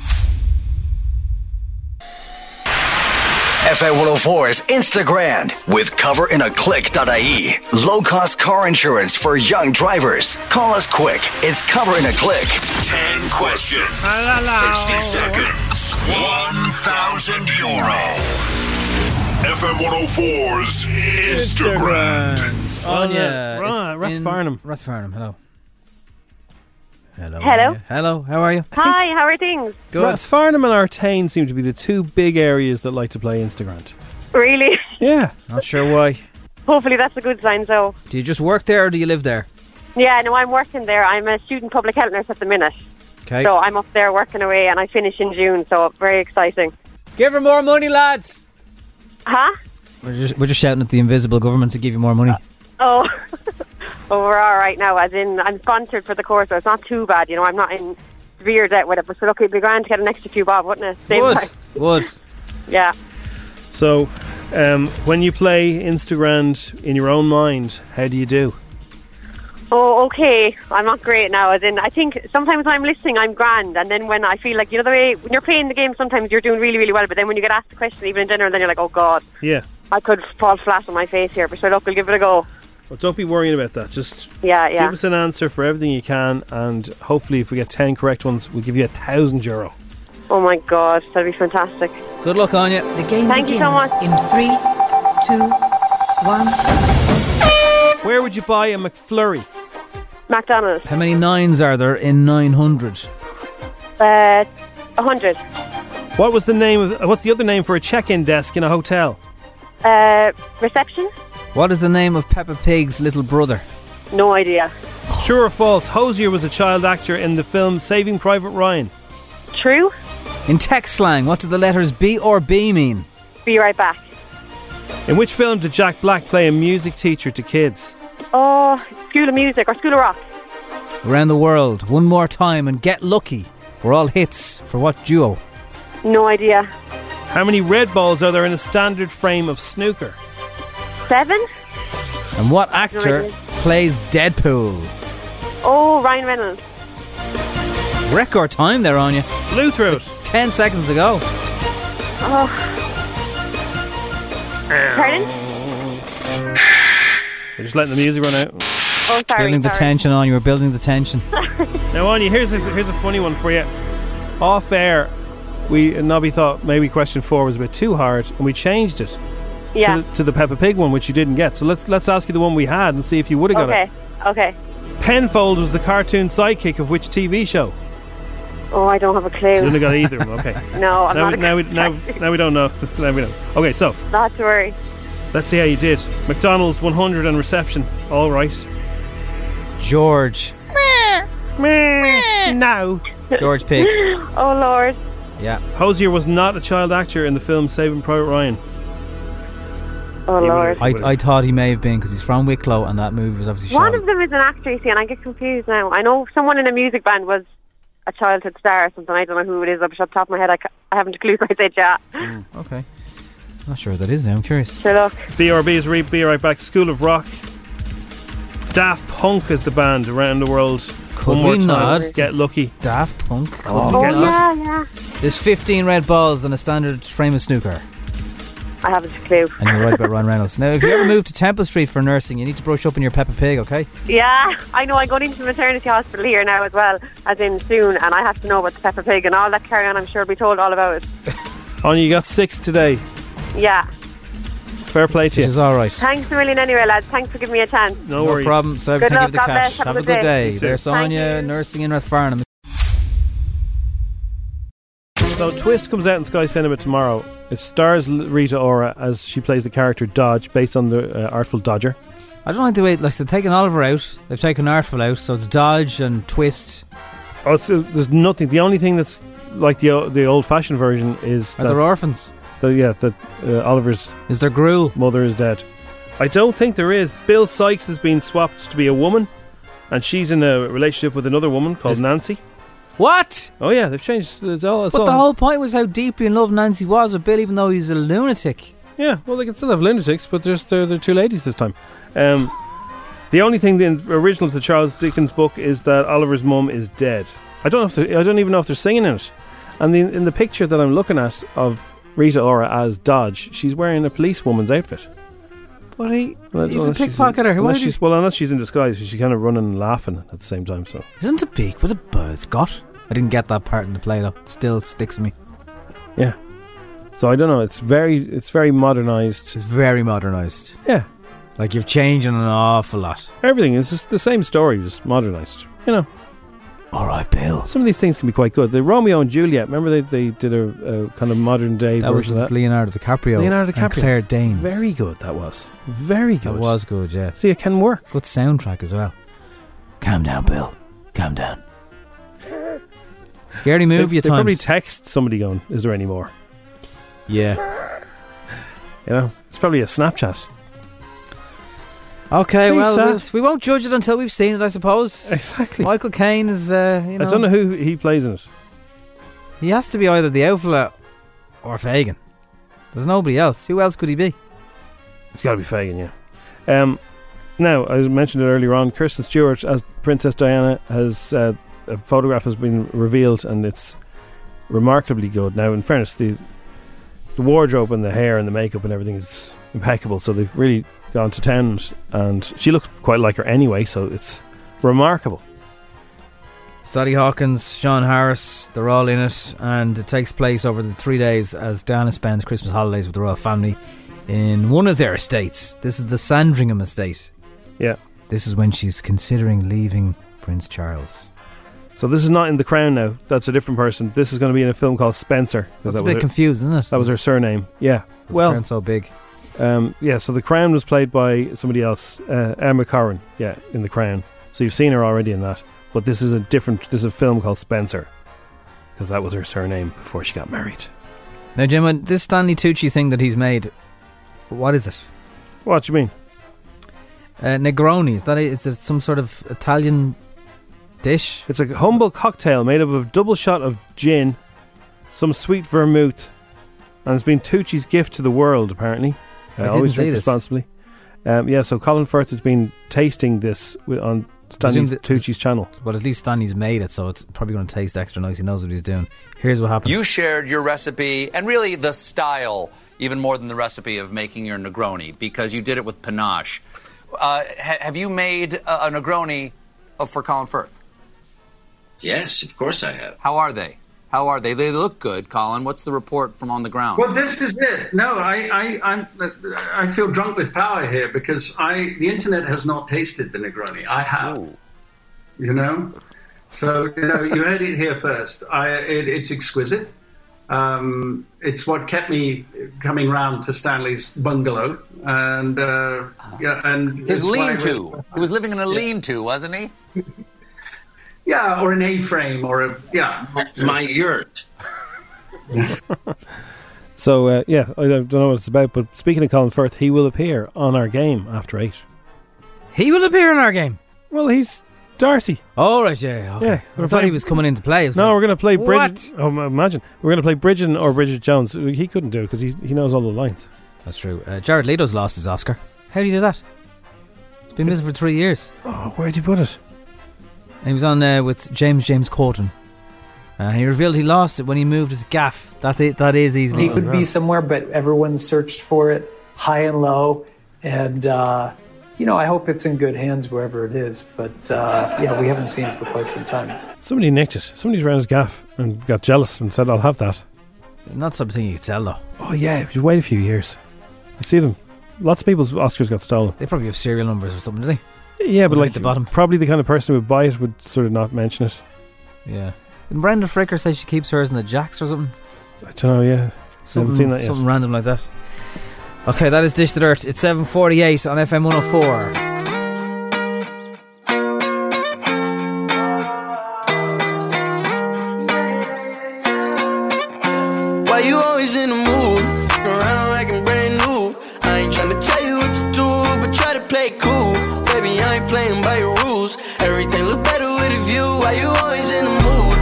Speaker 5: FA104's Instagram with coverinaClick.ie. Low cost E. car insurance for young drivers. Call us quick. It's Cover in a Click.
Speaker 16: 10 questions, 60 seconds, 1,000 euro. FM 104's Instagram.
Speaker 2: Oh, Anya.
Speaker 1: uh, Ra- Rath
Speaker 2: Farnham. Rath Farnham. Hello. Hello.
Speaker 17: Hello.
Speaker 2: Anya. Hello. How are you?
Speaker 17: Hi, how are things?
Speaker 1: Farnham and Artane seem to be the two big areas that like to play Instagram.
Speaker 17: Really?
Speaker 1: Yeah.
Speaker 2: Not sure why.
Speaker 17: Hopefully that's a good sign. So,
Speaker 2: Do you just work there or do you live there?
Speaker 17: yeah, no, I'm working there. I'm a student public health nurse at the minute.
Speaker 2: Okay.
Speaker 17: So I'm up there working away and I finish in June, so very exciting.
Speaker 2: Give her more money, lads!
Speaker 17: Huh?
Speaker 2: We're just, we're just shouting at the invisible government to give you more money.
Speaker 17: Oh, oh, we're all right now. As in, I'm sponsored for the course, so it's not too bad. You know, I'm not in severe debt with it, but so look, it'd be grand to get an extra few bob, wouldn't it? Save
Speaker 1: Would.
Speaker 17: time.
Speaker 2: Would.
Speaker 17: Yeah.
Speaker 1: So, um, when you play Instagram in your own mind, how do you do?
Speaker 17: Oh, okay. I'm not great now. As in, I think sometimes when I'm listening, I'm grand, and then when I feel like you know the way when you're playing the game, sometimes you're doing really, really well, but then when you get asked the question, even in general, then you're like, oh god,
Speaker 1: Yeah.
Speaker 17: I could fall flat on my face here. But so look, we'll give it a go.
Speaker 1: Well, don't be worrying about that. Just
Speaker 17: Yeah, yeah.
Speaker 1: give us an answer for everything you can, and hopefully, if we get 10 correct ones, we'll give you a thousand euro.
Speaker 17: Oh my god, that'd be fantastic.
Speaker 2: Good luck, Anya. The
Speaker 18: game
Speaker 17: Thank you so
Speaker 18: begins
Speaker 17: much.
Speaker 18: in three, two, one.
Speaker 1: Where would you buy a McFlurry?
Speaker 17: McDonald's,
Speaker 2: How many nines are there in 900?
Speaker 17: uh, a hundred,
Speaker 1: What was the name of what's the other name for a check-in desk in a hotel?
Speaker 17: uh, reception.
Speaker 2: What is the name of Peppa Pig's little brother?
Speaker 17: No idea.
Speaker 1: True or false? Hosier was a child actor in the film Saving Private Ryan.
Speaker 17: True.
Speaker 2: In tech slang, what do the letters B or B mean?
Speaker 17: Be right back.
Speaker 1: In which film did Jack Black play a music teacher to kids?
Speaker 17: Oh, School of Music or School of Rock.
Speaker 2: Around the world, one more time and get lucky. We're all hits for what duo?
Speaker 17: No idea.
Speaker 1: How many red balls are there in a standard frame of snooker?
Speaker 17: Seven?
Speaker 2: And what actor
Speaker 17: idea.
Speaker 2: plays Deadpool?
Speaker 17: Oh, Ryan Reynolds.
Speaker 2: Record time there, Anya.
Speaker 1: Luthroot.
Speaker 2: Ten seconds to go.
Speaker 17: Oh. Pardon?
Speaker 1: We're just letting the music run out.
Speaker 17: Oh, sorry.
Speaker 2: building the tension on you. We're building the tension.
Speaker 1: Now, Anya, here's a, here's a funny one for you. Off air, we Nobby thought maybe question four was a bit too hard, and we changed it
Speaker 17: Yeah.
Speaker 1: to, the, to the Peppa Pig one, which you didn't get. So let's let's ask you the one we had and see if you would have got
Speaker 17: Okay, okay.
Speaker 1: it. Penfold was the cartoon sidekick of which TV show?
Speaker 17: Oh, I don't have a clue.
Speaker 1: You didn't got either of them. Okay.
Speaker 17: No, I'm
Speaker 1: now, we,
Speaker 17: not.
Speaker 1: now, we, now, now we don't know. now we know. Okay, so
Speaker 17: Not to worry.
Speaker 1: let's see how you did. McDonald's 100 on reception. All right.
Speaker 2: George.
Speaker 1: no.
Speaker 2: George Pig.
Speaker 17: Oh, Lord.
Speaker 2: Yeah.
Speaker 1: Hosier was not a child actor in the film Saving Private Ryan.
Speaker 17: Oh, Lord.
Speaker 2: I, I thought he may have been because he's from Wicklow and that movie was obviously
Speaker 17: One
Speaker 2: shot.
Speaker 17: of them is an actor, you see, and I get confused now. I know someone in a music band was a childhood star or something. I don't know who it is off the top of my head. I, ca- I haven't a clue who I said, yeah.
Speaker 2: Okay. I'm not sure who that is now. I'm curious.
Speaker 17: Sure, look.
Speaker 1: BRB is re- be right back. School of Rock. Daft Punk is the band around the world. One
Speaker 2: we
Speaker 1: more time.
Speaker 2: not?
Speaker 1: Get lucky.
Speaker 2: Daft Punk. Could
Speaker 1: Oh,
Speaker 2: we
Speaker 1: yeah,
Speaker 2: get lucky?
Speaker 17: yeah.
Speaker 2: There's 15 red balls and a standard frame of snooker.
Speaker 17: I haven't a clue.
Speaker 2: And you're right about Ryan Reynolds. Now, if you ever move to Temple Street for nursing, you need to brush up on your Peppa Pig, okay?
Speaker 17: Yeah, Ah, I know. I'm going into maternity hospital here now as well, as in soon, and I have to know about the Peppa Pig and all that carry on. I'm sure I'll be told all about it.
Speaker 1: Anya, you got six today.
Speaker 17: Yeah.
Speaker 1: Fair play to you.
Speaker 2: It's all right.
Speaker 17: Thanks a million anyway, lads. Thanks for giving me a chance.
Speaker 2: No problem. So
Speaker 17: Good
Speaker 2: everything
Speaker 17: luck.
Speaker 2: give the
Speaker 17: God
Speaker 2: cash.
Speaker 17: bless. Have,
Speaker 2: a good day.
Speaker 1: You too.
Speaker 2: There's
Speaker 1: Thank
Speaker 2: Sonia, nursing in Rathfarnham.
Speaker 1: So Twist comes out in Sky Cinema tomorrow. It stars L- Rita Ora as she plays the character Dodge, based on the uh, Artful Dodger.
Speaker 2: I don't like the way, like, they've taken Oliver out, they've taken Artful out, so it's Dodge and Twist.
Speaker 1: Oh, so there's nothing. The only thing that's like the o- the old fashioned version is
Speaker 2: Are there orphans?
Speaker 1: The, yeah, that uh, Oliver's
Speaker 2: is there gruel.
Speaker 1: Mother is dead. I don't think there is. Bill Sykes has been swapped to be a woman, and she's in a relationship with another woman called Nancy.
Speaker 2: What?
Speaker 1: Oh yeah, they've changed. It's all, it's
Speaker 2: But the
Speaker 1: all-
Speaker 2: whole point was how deeply in love Nancy was with Bill, even though he's a lunatic.
Speaker 1: Yeah, well, they can still have lunatics, but there's there, there are two ladies this time. Um, the only thing the original to Charles Dickens' book is that Oliver's mum is dead. I don't know if they're- I don't even know if they're singing in it. And the, in the picture that I'm looking at of Rita Ora as Dodge, she's wearing a policewoman's outfit.
Speaker 2: But he,
Speaker 1: Well,
Speaker 2: he's a
Speaker 1: unless she's
Speaker 2: pickpocketer.
Speaker 1: In,
Speaker 2: Why
Speaker 1: unless
Speaker 2: did he-
Speaker 1: she's, well, unless she's in disguise, she's kind of running and laughing at the same time. So
Speaker 2: Isn't a beak what a bird's got? I didn't get that part in the play though. It still sticks with me.
Speaker 1: yeah, so I don't know. It's very it's very modernized.
Speaker 2: It's very modernized.
Speaker 1: Yeah,
Speaker 2: like you're changing an awful lot.
Speaker 1: Everything is just the same story, just modernized. You know.
Speaker 2: All right, Bill.
Speaker 1: Some of these things can be quite good. The Romeo and Juliet. Remember they, they did a, a kind of modern day
Speaker 2: That was
Speaker 1: version of
Speaker 2: with
Speaker 1: that.
Speaker 2: Leonardo DiCaprio.
Speaker 1: Leonardo DiCaprio.
Speaker 2: And Claire Danes.
Speaker 1: Very good. That was very
Speaker 2: That
Speaker 1: good.
Speaker 2: was good, yeah.
Speaker 1: See, it can work.
Speaker 2: Good soundtrack as well. Calm down, Bill. Calm down. Scary movie
Speaker 1: They,
Speaker 2: at
Speaker 1: they probably
Speaker 2: times.
Speaker 1: text somebody going, "Is there any more?"
Speaker 2: yeah.
Speaker 1: You know, it's probably a Snapchat.
Speaker 2: Okay, well,
Speaker 1: Lisa.
Speaker 2: we'll, we will not judge it until we've seen it, I suppose.
Speaker 1: Exactly.
Speaker 2: Michael Caine is, uh, you know,
Speaker 1: I don't know who he plays in it.
Speaker 2: he has to be either the outfella or Fagin. There's nobody else. Who else could he be?
Speaker 1: It's got to be Fagin, yeah. Um, now, I mentioned it earlier on. Kirsten Stewart as Princess Diana has uh, a photograph has been revealed, and it's remarkably good. Now, in fairness, the the wardrobe and the hair and the makeup and everything is impeccable. So they've really gone to town, and she looks quite like her anyway. So it's remarkable.
Speaker 2: Sadie Hawkins, Sean Harris, they're all in it, and it takes place over the three days as Diana spends Christmas holidays with the royal family in one of their estates. This is the Sandringham estate.
Speaker 1: Yeah.
Speaker 2: This is when she's considering leaving Prince Charles.
Speaker 1: So this is not in The Crown now. That's a different person. This is going to be in a film called Spencer. 'cause
Speaker 2: That's a
Speaker 1: was
Speaker 2: bit
Speaker 1: her-
Speaker 2: confused, isn't it?
Speaker 1: That was her surname. Yeah.
Speaker 2: The
Speaker 1: Well,
Speaker 2: crown's so big.
Speaker 1: Um, yeah, so the crown was played by somebody else, uh, Emma Corrin. Yeah, in the crown. So you've seen her already in that, but this is a different. This is a film called Spencer, because that was her surname before she got married.
Speaker 2: Now, Gemma, this Stanley Tucci thing that he's made, what is it?
Speaker 1: What do you mean?
Speaker 2: Uh, Negroni is that it? Is it some sort of Italian dish?
Speaker 1: It's a humble cocktail made up of double shot of gin, some sweet vermouth, and it's been Tucci's gift to the world. Apparently,
Speaker 2: I
Speaker 1: Uh,
Speaker 2: didn't
Speaker 1: always
Speaker 2: see
Speaker 1: drink
Speaker 2: this.
Speaker 1: responsibly. Um, yeah, so Colin Firth has been tasting this with, on Stanley
Speaker 2: presume that-
Speaker 1: Tucci's channel.
Speaker 2: Well, at least Stanley's made it, so it's probably going to taste extra nice. He knows what he's doing. Here's what happened.
Speaker 19: You shared your recipe and really the style, even more than the recipe of making your Negroni, because you did it with panache. Uh, ha- have you made a, a Negroni uh, for Colin Firth?
Speaker 20: Yes, of course I have.
Speaker 19: How are they? How are they? They look good, Colin. What's the report from on the ground?
Speaker 20: Well, this is it. No, I, I, I'm, I feel drunk with power here because I, the internet has not tasted the Negroni. I have. You know, so you know, you heard it here first. I, it, it's exquisite. Um, it's what kept me coming round to Stanley's bungalow, and uh, yeah, and
Speaker 19: His
Speaker 20: it's why I
Speaker 19: lean
Speaker 20: was-
Speaker 19: to. He was living in a lean to, wasn't he?
Speaker 20: yeah, or an A-frame, or a yeah, my yurt.
Speaker 1: So uh, yeah, I don't, don't know what it's about. But speaking of Colin Firth, he will appear on our game after eight.
Speaker 2: He will appear in our game.
Speaker 1: Well, he's Darcy.
Speaker 2: All right, yeah, okay.
Speaker 1: Yeah,
Speaker 2: I thought he was coming in to play. I was
Speaker 1: No,
Speaker 2: like,
Speaker 1: we're going to play
Speaker 2: "What?"
Speaker 1: Bridget. Oh, ma- imagine we're going to play Bridget or Bridget Jones. He couldn't do it because he he knows all the lines.
Speaker 2: That's true. Uh, Jared Leto's lost his Oscar. How do you do that? It's been missing for three years.
Speaker 1: Oh, where'd you put it?
Speaker 2: And he was on uh, with James James Corden. And he revealed he lost it when he moved his gaff. That i- that is
Speaker 21: He
Speaker 2: easily.
Speaker 21: could be somewhere, but everyone searched for it high and low. And, uh, you know, I hope it's in good hands wherever it is. But, uh, yeah, we haven't seen it for quite some time.
Speaker 1: Somebody nicked it. Somebody's around his gaff and got jealous and said, "I'll have that."
Speaker 2: Not something you could sell though.
Speaker 1: Oh yeah, you wait a few years. I see them. Lots of people's Oscars got stolen.
Speaker 2: They probably have serial numbers or something, do they?
Speaker 1: Yeah, but
Speaker 2: Right
Speaker 1: like
Speaker 2: at the bottom.
Speaker 1: probably the kind of person who would buy it would sort of not mention it.
Speaker 2: Yeah. And Brenda Fricker says she keeps hers in the jacks or something.
Speaker 1: I don't know. Yeah, I
Speaker 2: Something,
Speaker 1: haven't seen that yet.
Speaker 2: something random like that. Okay, that is Dish the Dirt. It's 7.48 on FM 104.
Speaker 15: Why you always in the mood? Around like I'm brand new. I ain't tryna tell you what to do, but try to play it cool. Baby, I ain't playing by your rules. Everything look better with a view. Why you always in the mood?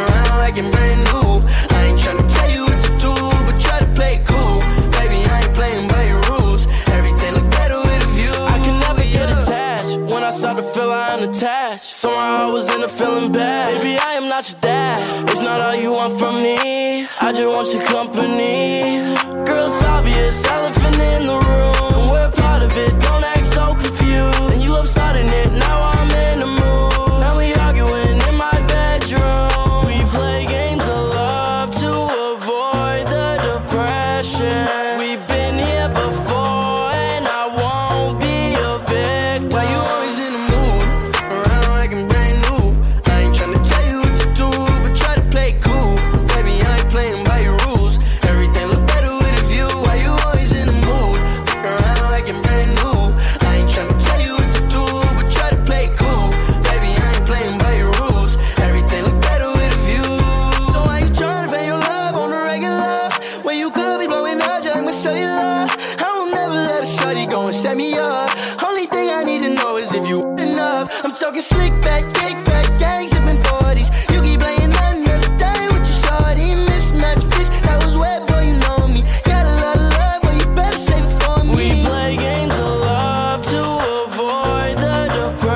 Speaker 15: Around like I'm brand new. I ain't tryna tell you what to do, but try to play it cool. Baby, I ain't playing by your rules. Everything look better with a view. I can never get attached. When I start to feel I'm attached, somehow I was in a feeling bad. Baby, I am not your dad. It's not all you want from me. I just want your company. Girl, it's obvious, elephant in the room. We're part of it. Don't act so confused. And you love starting it. Now I'm in the mood. Now we arguing in my bedroom. We play games of love to avoid the depression. We've been here before, and I won't be a victim. Why you always in the mood? Around like I'm brand new. I ain't tryna tell you what to do, but try to play it cool. Baby, I ain't playing by your rules. Everything look better with a view. Why you always in the mood? Around like I'm brand new. I ain't tryna tell you what to do, but try to play it cool. Baby, I ain't playing by your rules. Everything look better with a view. So why you tryna fake your love on the regular? When you could be blowing up, just my cellular. I will never let a shawty go and set me up. Only thing I need to know is if you enough. I'm talking slick back, kick back, gang sipping 40s. You keep playing under the day with your shawty. Mismatch fist, that was way before you know me. Got a lot of love, but you better save it for me. We play games of love to avoid the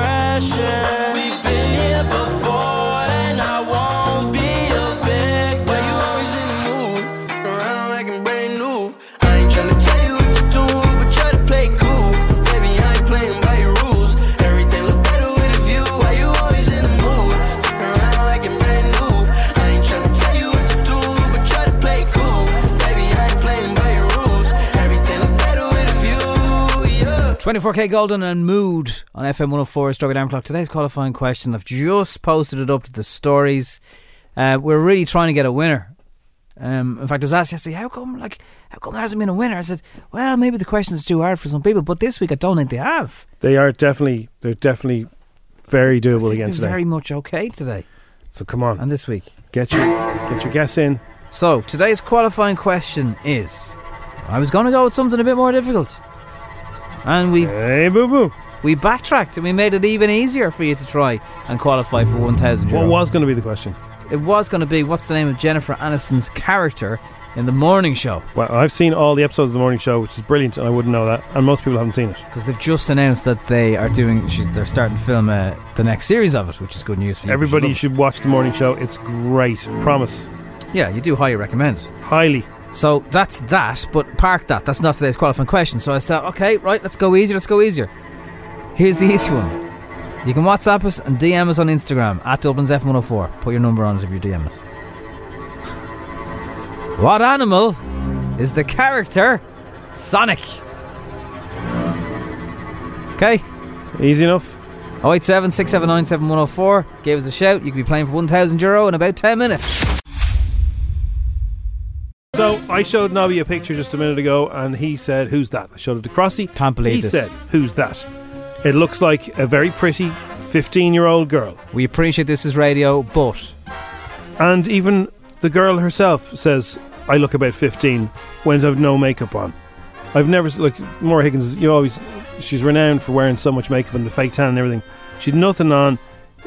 Speaker 15: depression. We've been here before, and I won't be a victim. Why you always in the mood? Around like I'm brand new. I ain't tryna tell you what to do, but try to play it cool. Baby, I ain't playing by your rules. Everything look better with a view. Why you always in the mood? Around like I'm brand new. I ain't tryna tell you what to do, but try to play it cool. Baby, I ain't playing by your rules. Everything look better with a view. Yeah.
Speaker 2: 24K Golden and Mood on FM 104 Strawberry Alarm Clock. Today's qualifying question, I've just posted it up to the stories. Uh, we're really trying to get a winner. Um, in fact, I was asked yesterday, how come, like, how come there hasn't been a winner? I said, well, maybe the question's too hard for some people, but this week I don't think they have.
Speaker 1: They are definitely they're definitely very doable again
Speaker 2: Been
Speaker 1: today.
Speaker 2: very much okay today.
Speaker 1: So come on.
Speaker 2: And this week.
Speaker 1: Get your get your guess in.
Speaker 2: So today's qualifying question is: I was going to go with something a bit more difficult, and we
Speaker 1: hey boo boo
Speaker 2: We backtracked and we made it even easier for you to try and qualify for 1,000 euro.
Speaker 1: What was going to be the question?
Speaker 2: It was going to be what's the name of Jennifer Aniston's character in The Morning Show?
Speaker 1: Well, I've seen all the episodes of The Morning Show, which is brilliant, and I wouldn't know that. And most people haven't seen it.
Speaker 2: Because they've just announced that they are doing, she's, they're starting to film uh, the next series of it, which is good news for you.
Speaker 1: Everybody should watch The Morning Show. It's great. Promise.
Speaker 2: Yeah, you do highly recommend it.
Speaker 1: Highly.
Speaker 2: So that's that, but park that. That's not today's qualifying question. So I said, okay, right, let's go easier, let's go easier. Here's the easy one. You can WhatsApp us and DM us on Instagram at Dublin's F104. Put your number on it if you're DMing us. What animal is the character Sonic? Okay.
Speaker 1: Easy enough.
Speaker 2: 087 679 7104. Gave oh us a shout. You could be playing for 1,000 euro in about 10 minutes.
Speaker 1: So I showed Nobby a picture just a minute ago, and he said, "Who's that?" I showed it to Crossy. Can't
Speaker 2: believe
Speaker 1: he
Speaker 2: this.
Speaker 1: said, "Who's that?" It looks like a very pretty fifteen-year-old girl.
Speaker 2: We appreciate this is radio, but
Speaker 1: and even the girl herself says, "I look about fifteen when I've no makeup on." I've never s- like Maura Higgins. You always she's renowned for wearing so much makeup and the fake tan and everything. She's nothing on.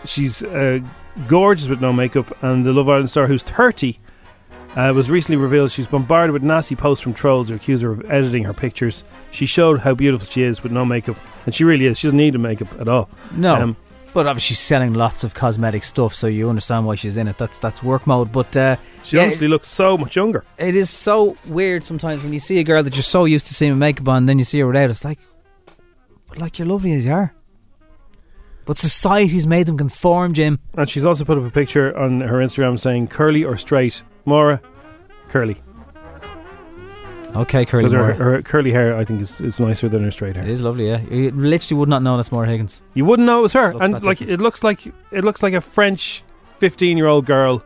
Speaker 1: She's uh, gorgeous with no makeup, and the Love Island star who's thirty uh, it was recently revealed she's bombarded with nasty posts from trolls who accuse her of editing her pictures. She showed how beautiful she is with no makeup, and she really is. She doesn't need the makeup at all.
Speaker 2: no. but obviously, she's selling lots of cosmetic stuff, so you understand why she's in it. That's that's work mode. But uh,
Speaker 1: She
Speaker 2: yeah,
Speaker 1: honestly looks so much younger.
Speaker 2: it is so weird sometimes when you see a girl that you're so used to seeing with makeup on, then you see her without. It's like, but like you're lovely as you are. But society's made them conform, Jim.
Speaker 1: And she's also put up a picture on her Instagram saying curly or straight. Maura, curly.
Speaker 2: Okay, curly
Speaker 1: Because her,
Speaker 2: Moira.
Speaker 1: her curly hair, I think, is, is nicer than her straight hair.
Speaker 2: It is lovely, yeah. You literally would not know that's Maura Higgins.
Speaker 1: You wouldn't know it was her,
Speaker 2: Looks that
Speaker 1: and like it looks like it looks like a French fifteen-year-old girl.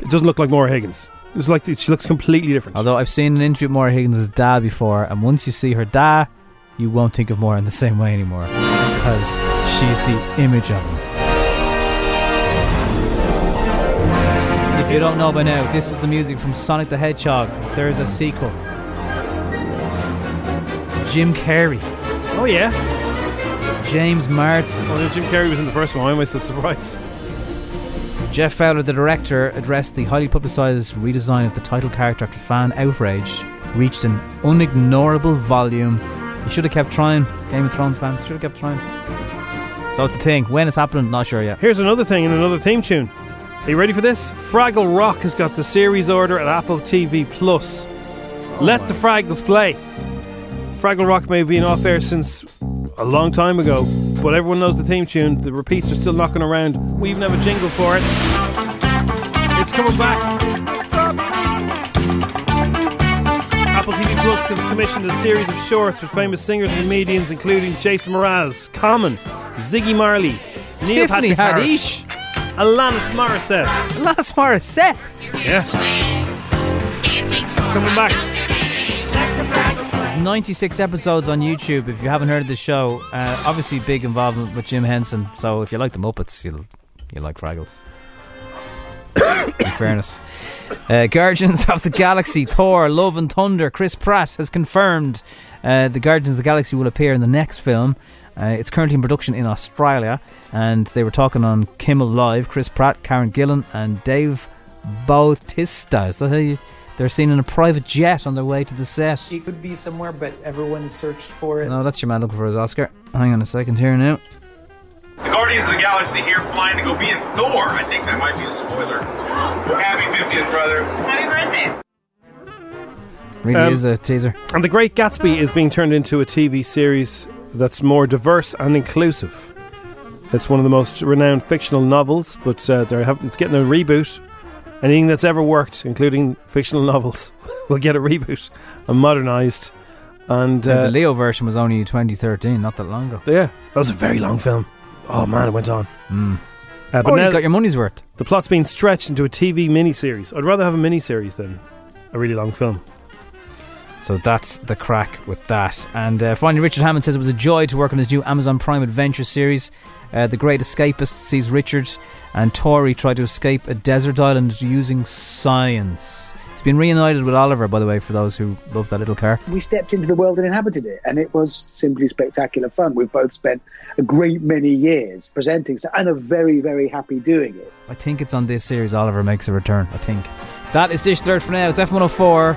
Speaker 1: It doesn't look like Maura Higgins. It's like she looks completely different.
Speaker 2: Although I've seen an interview with Maura Higgins' dad before, and once you see her dad, you won't think of Maura in the same way anymore. Because she's the image of him. If you don't know by now, this is the music from Sonic the Hedgehog. There is a sequel. Jim Carrey.
Speaker 1: Oh, yeah.
Speaker 2: James Martin.
Speaker 1: Well, Jim Carrey was in the first one. Why am I so surprised?
Speaker 2: Jeff Fowler, the director, addressed the highly publicised redesign of the title character after fan outrage reached an unignorable volume. You should have kept trying, Game of Thrones fans. Should have kept trying. So it's a thing. When it's happening, not sure yet.
Speaker 1: Here's another thing in another theme tune. Are you ready for this? Fraggle Rock has got the series order at Apple TV Plus.
Speaker 2: Oh
Speaker 1: Let the Fraggles play. Fraggle Rock may have been off air since a long time ago, but everyone knows the theme tune. The repeats are still knocking around. We even have a jingle for it. It's coming back. Apple TV Plus has commissioned a series of shorts with famous singers and comedians, including Jason Mraz, Common, Ziggy Marley, Neil
Speaker 2: Tiffany
Speaker 1: Patrick Harris,
Speaker 2: Haddish.
Speaker 1: Alanis Morissette.
Speaker 2: Alanis Morissette.
Speaker 1: Yeah. Coming back.
Speaker 2: There's 96 episodes on YouTube. If you haven't heard of the show, uh, obviously big involvement with Jim Henson. So if you like the Muppets, you'll you like Fraggles. In fairness, uh, Guardians of the Galaxy, Thor, Love and Thunder, Chris Pratt has confirmed uh, the Guardians of the Galaxy will appear in the next film. Uh, it's currently in production in Australia, and they were talking on Kimmel Live. Chris Pratt, Karen Gillan, and Dave Bautista. Is that how you? They're seen in a private jet on their way to the set.
Speaker 21: He could be somewhere, but everyone searched for it.
Speaker 2: No, that's your man looking for his Oscar. Hang on a second here now.
Speaker 22: The Guardians of the Galaxy here flying to go be in Thor. I think that might be a spoiler. Happy 50th, brother. Happy birthday.
Speaker 2: Really
Speaker 1: Um,
Speaker 2: is a teaser.
Speaker 1: And The Great Gatsby is being turned into a TV series that's more diverse and inclusive. It's one of the most renowned fictional novels, but uh, they're hav- it's getting a reboot. Anything that's ever worked, including fictional novels, will get a reboot and modernised. And
Speaker 2: Now, the
Speaker 1: uh,
Speaker 2: Leo version was only 2013, not that long ago.
Speaker 1: yeah, that was a very long film. Oh man, it went on.
Speaker 2: Mm.
Speaker 1: Uh,
Speaker 2: Oh, you got your money's worth.
Speaker 1: The plot's being stretched into a TV miniseries. I'd rather have a miniseries than a really long film.
Speaker 2: So that's the crack with that. And uh, finally, Richard Hammond says it was a joy to work on his new Amazon Prime adventure series. Uh, the Great Escapist sees Richard and Tori try to escape a desert island using science. It's been reunited with Oliver, by the way, for those who love that little car.
Speaker 3: We stepped into the world and inhabited it, and it was simply spectacular fun. We've both spent a great many years presenting stuff and are very, very happy doing it.
Speaker 2: I think it's on this series Oliver makes a return. I think. That is Dish Dirt for now. It's F104.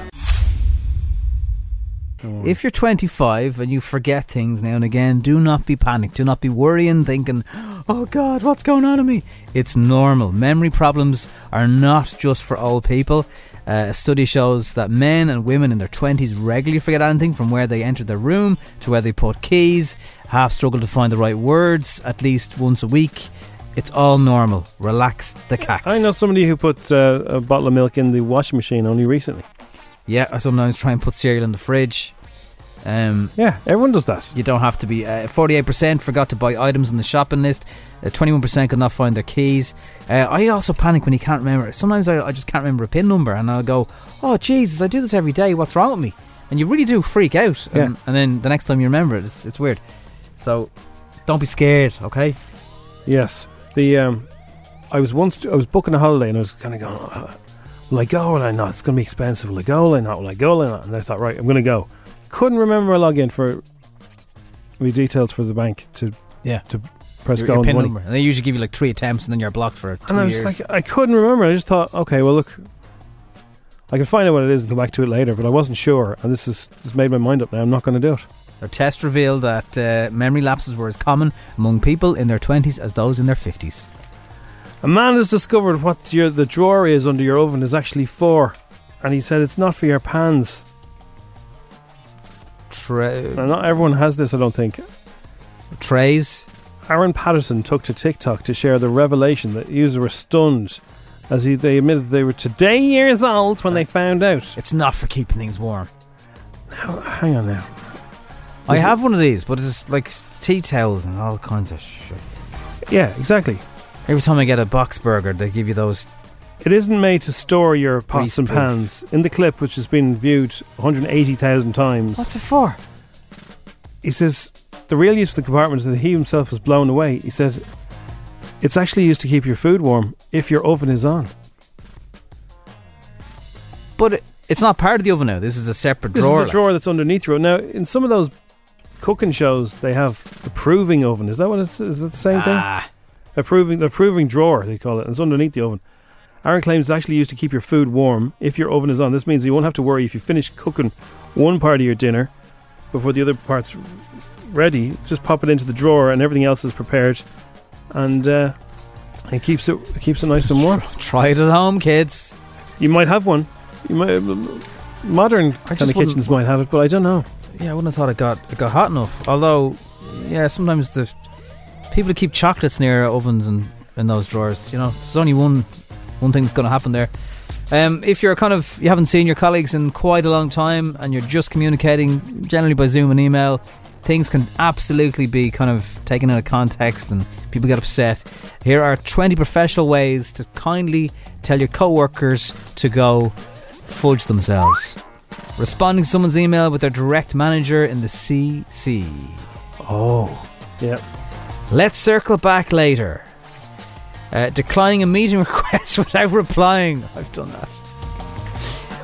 Speaker 2: If you're 25 and you forget things now and again, do not be panicked. Do not be worrying, thinking, oh God, what's going on to me? It's normal. Memory problems are not just for old people. Uh, a study shows that men and women in their 20s regularly forget anything from where they entered their room to where they put keys, half struggle to find the right words at least once a week. It's all normal. Relax the cax.
Speaker 1: I know somebody who put uh, a bottle of milk in the washing machine only recently.
Speaker 2: Yeah, I sometimes try and put cereal in the fridge. Um,
Speaker 1: yeah, everyone does that.
Speaker 2: You don't have to be. uh, 48% forgot to buy items on the shopping list. Uh, 21% could not find their keys. Uh, I also panic when you can't remember. Sometimes I, I just can't remember a PIN number and I'll go, oh, Jesus, I do this every day. What's wrong with me? And you really do freak out.
Speaker 1: Yeah.
Speaker 2: And, and then the next time you remember it, it's, it's weird. So don't be scared, okay?
Speaker 1: Yes. The um, I was once I was booking a holiday and I was kind of going, "Uh, will I go? Will I not? It's going to be expensive. Will I go? Will I not? Will I go? Will I not? And I thought, right, I'm going to go. Couldn't remember my login for the details for the bank to
Speaker 2: Yeah.
Speaker 1: to press
Speaker 2: Your-
Speaker 1: go
Speaker 2: your
Speaker 1: on the
Speaker 2: PIN
Speaker 1: money.
Speaker 2: number. And they usually give you like three attempts and then you're blocked for two
Speaker 1: And I was
Speaker 2: years.
Speaker 1: like, I couldn't remember. I just thought, okay, well, look, I can find out what it is and come back to it later. But I wasn't sure, and this is this made my mind up now. I'm not going to do it.
Speaker 2: Their test revealed that uh, memory lapses were as common among people in their 20s as those in their 50s.
Speaker 1: A man has discovered what your, the drawer is under your oven is actually for, and he said it's not for your pans.
Speaker 2: Tra-
Speaker 1: Now, not everyone has this, I don't think.
Speaker 2: Trays.
Speaker 1: Aaron Patterson took to TikTok to share the revelation that users were stunned as he, they admitted they were today years old when they found out.
Speaker 2: It's not for keeping things warm.
Speaker 1: Hang on now.
Speaker 2: I
Speaker 1: Is it-
Speaker 2: have one of these, but it's like tea towels and all kinds of shit.
Speaker 1: Yeah, exactly.
Speaker 2: Every time I get a box burger, they give you those.
Speaker 1: It isn't made to store your pots and
Speaker 2: Greaseproof.
Speaker 1: pans. In the clip, which has been viewed 180,000 times,
Speaker 2: What's it for?
Speaker 1: he says the real use of the compartment is that he himself was blown away. He said it's actually used to keep your food warm if your oven is on.
Speaker 2: But it, it's not part of the oven now. This is a separate
Speaker 1: This
Speaker 2: drawer.
Speaker 1: is the drawer that's underneath you. Now, in some of those cooking shows, they have the proving oven. Is that what it's, is it the same
Speaker 2: Ah.
Speaker 1: thing? A proving, the proving drawer, they call it. And it's underneath the oven. Aaron claims it's actually used to keep your food warm if your oven is on. This means you won't have to worry if you finish cooking one part of your dinner before the other part's ready. Just pop it into the drawer and everything else is prepared. And uh, it keeps it, it keeps it nice and warm.
Speaker 2: Try it at home, kids.
Speaker 1: You might have one. You might, modern kind of
Speaker 2: just wouldn't-
Speaker 1: kitchens might have it, but I don't know.
Speaker 2: Yeah, I wouldn't have thought it got it got hot enough. Although, yeah, sometimes the people who keep chocolates near ovens and in those drawers, you know, there's only one one thing that's going to happen there. Um, if you're kind of you haven't seen your colleagues in quite a long time and you're just communicating generally by Zoom and email, things can absolutely be kind of taken out of context and people get upset. Here are 20 professional ways to kindly tell your co-workers to go fudge themselves. Responding to someone's email with their direct manager in the CC.
Speaker 1: Oh, yep.
Speaker 2: Let's circle back later. Uh, declining a meeting request without replying. I've done that.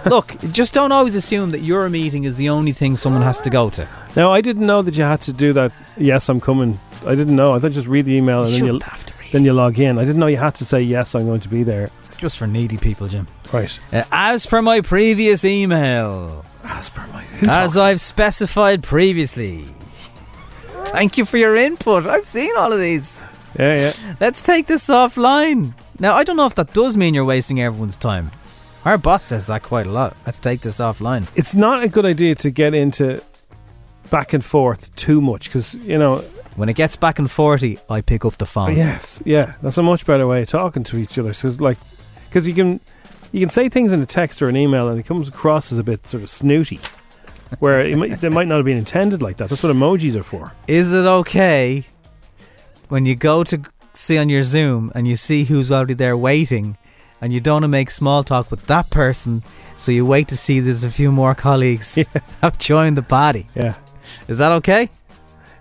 Speaker 2: Look, just don't always assume that your meeting is the only thing someone has to go to.
Speaker 1: Now I didn't know that you had to do that. Yes, I'm coming. I didn't know. I thought you just read the email and
Speaker 2: You
Speaker 1: then you
Speaker 2: shouldn't have
Speaker 1: then you log in. I didn't know you had to say yes. I'm going to be there.
Speaker 2: It's just for needy people, Jim.
Speaker 1: Right.
Speaker 2: Uh, as per my previous email.
Speaker 1: As per my.
Speaker 2: As I've specified previously. Thank you for your input. I've seen all of these.
Speaker 1: Yeah, yeah.
Speaker 2: Let's take this offline. Now, I don't know if that does mean you're wasting everyone's time. Our boss says that quite a lot. Let's take this offline.
Speaker 1: It's not a good idea to get into back and forth too much because you know.
Speaker 2: When it gets back and 40, I pick up the
Speaker 1: Oh.
Speaker 2: phone.
Speaker 1: Yes, yeah. That's a much better way of talking to each other. So it's like, because you can you can say things in a text or an email and it comes across as a bit sort of snooty, where it might, they might not have been intended like that. That's what emojis are for.
Speaker 2: Is it okay when you go to see on your Zoom and you see who's already there waiting and you don't want to make small talk with that person, so you wait to see there's a few more colleagues have joined the party?
Speaker 1: Yeah.
Speaker 2: Is that okay?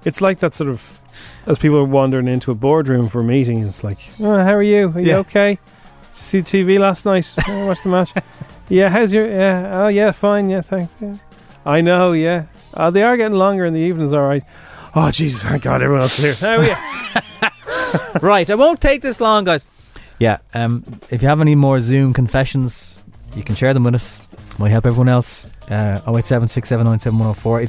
Speaker 1: It's like that sort of as people are wandering into a boardroom for a meeting. It's like, oh, how are you? Are you
Speaker 2: Yeah.
Speaker 1: okay? Did you see TV last night? Oh, I watched the match. Yeah, how's your? Yeah, oh yeah, fine. Yeah, thanks. Yeah, I know. Yeah, uh, they are getting longer in the evenings. All right. Oh Jesus, thank God, everyone else is here. Oh yeah.
Speaker 2: right, I won't take this long, guys. Yeah. Um, if you have any more Zoom confessions, you can share them with us. Might help everyone else. Uh, 087 679 7104. If-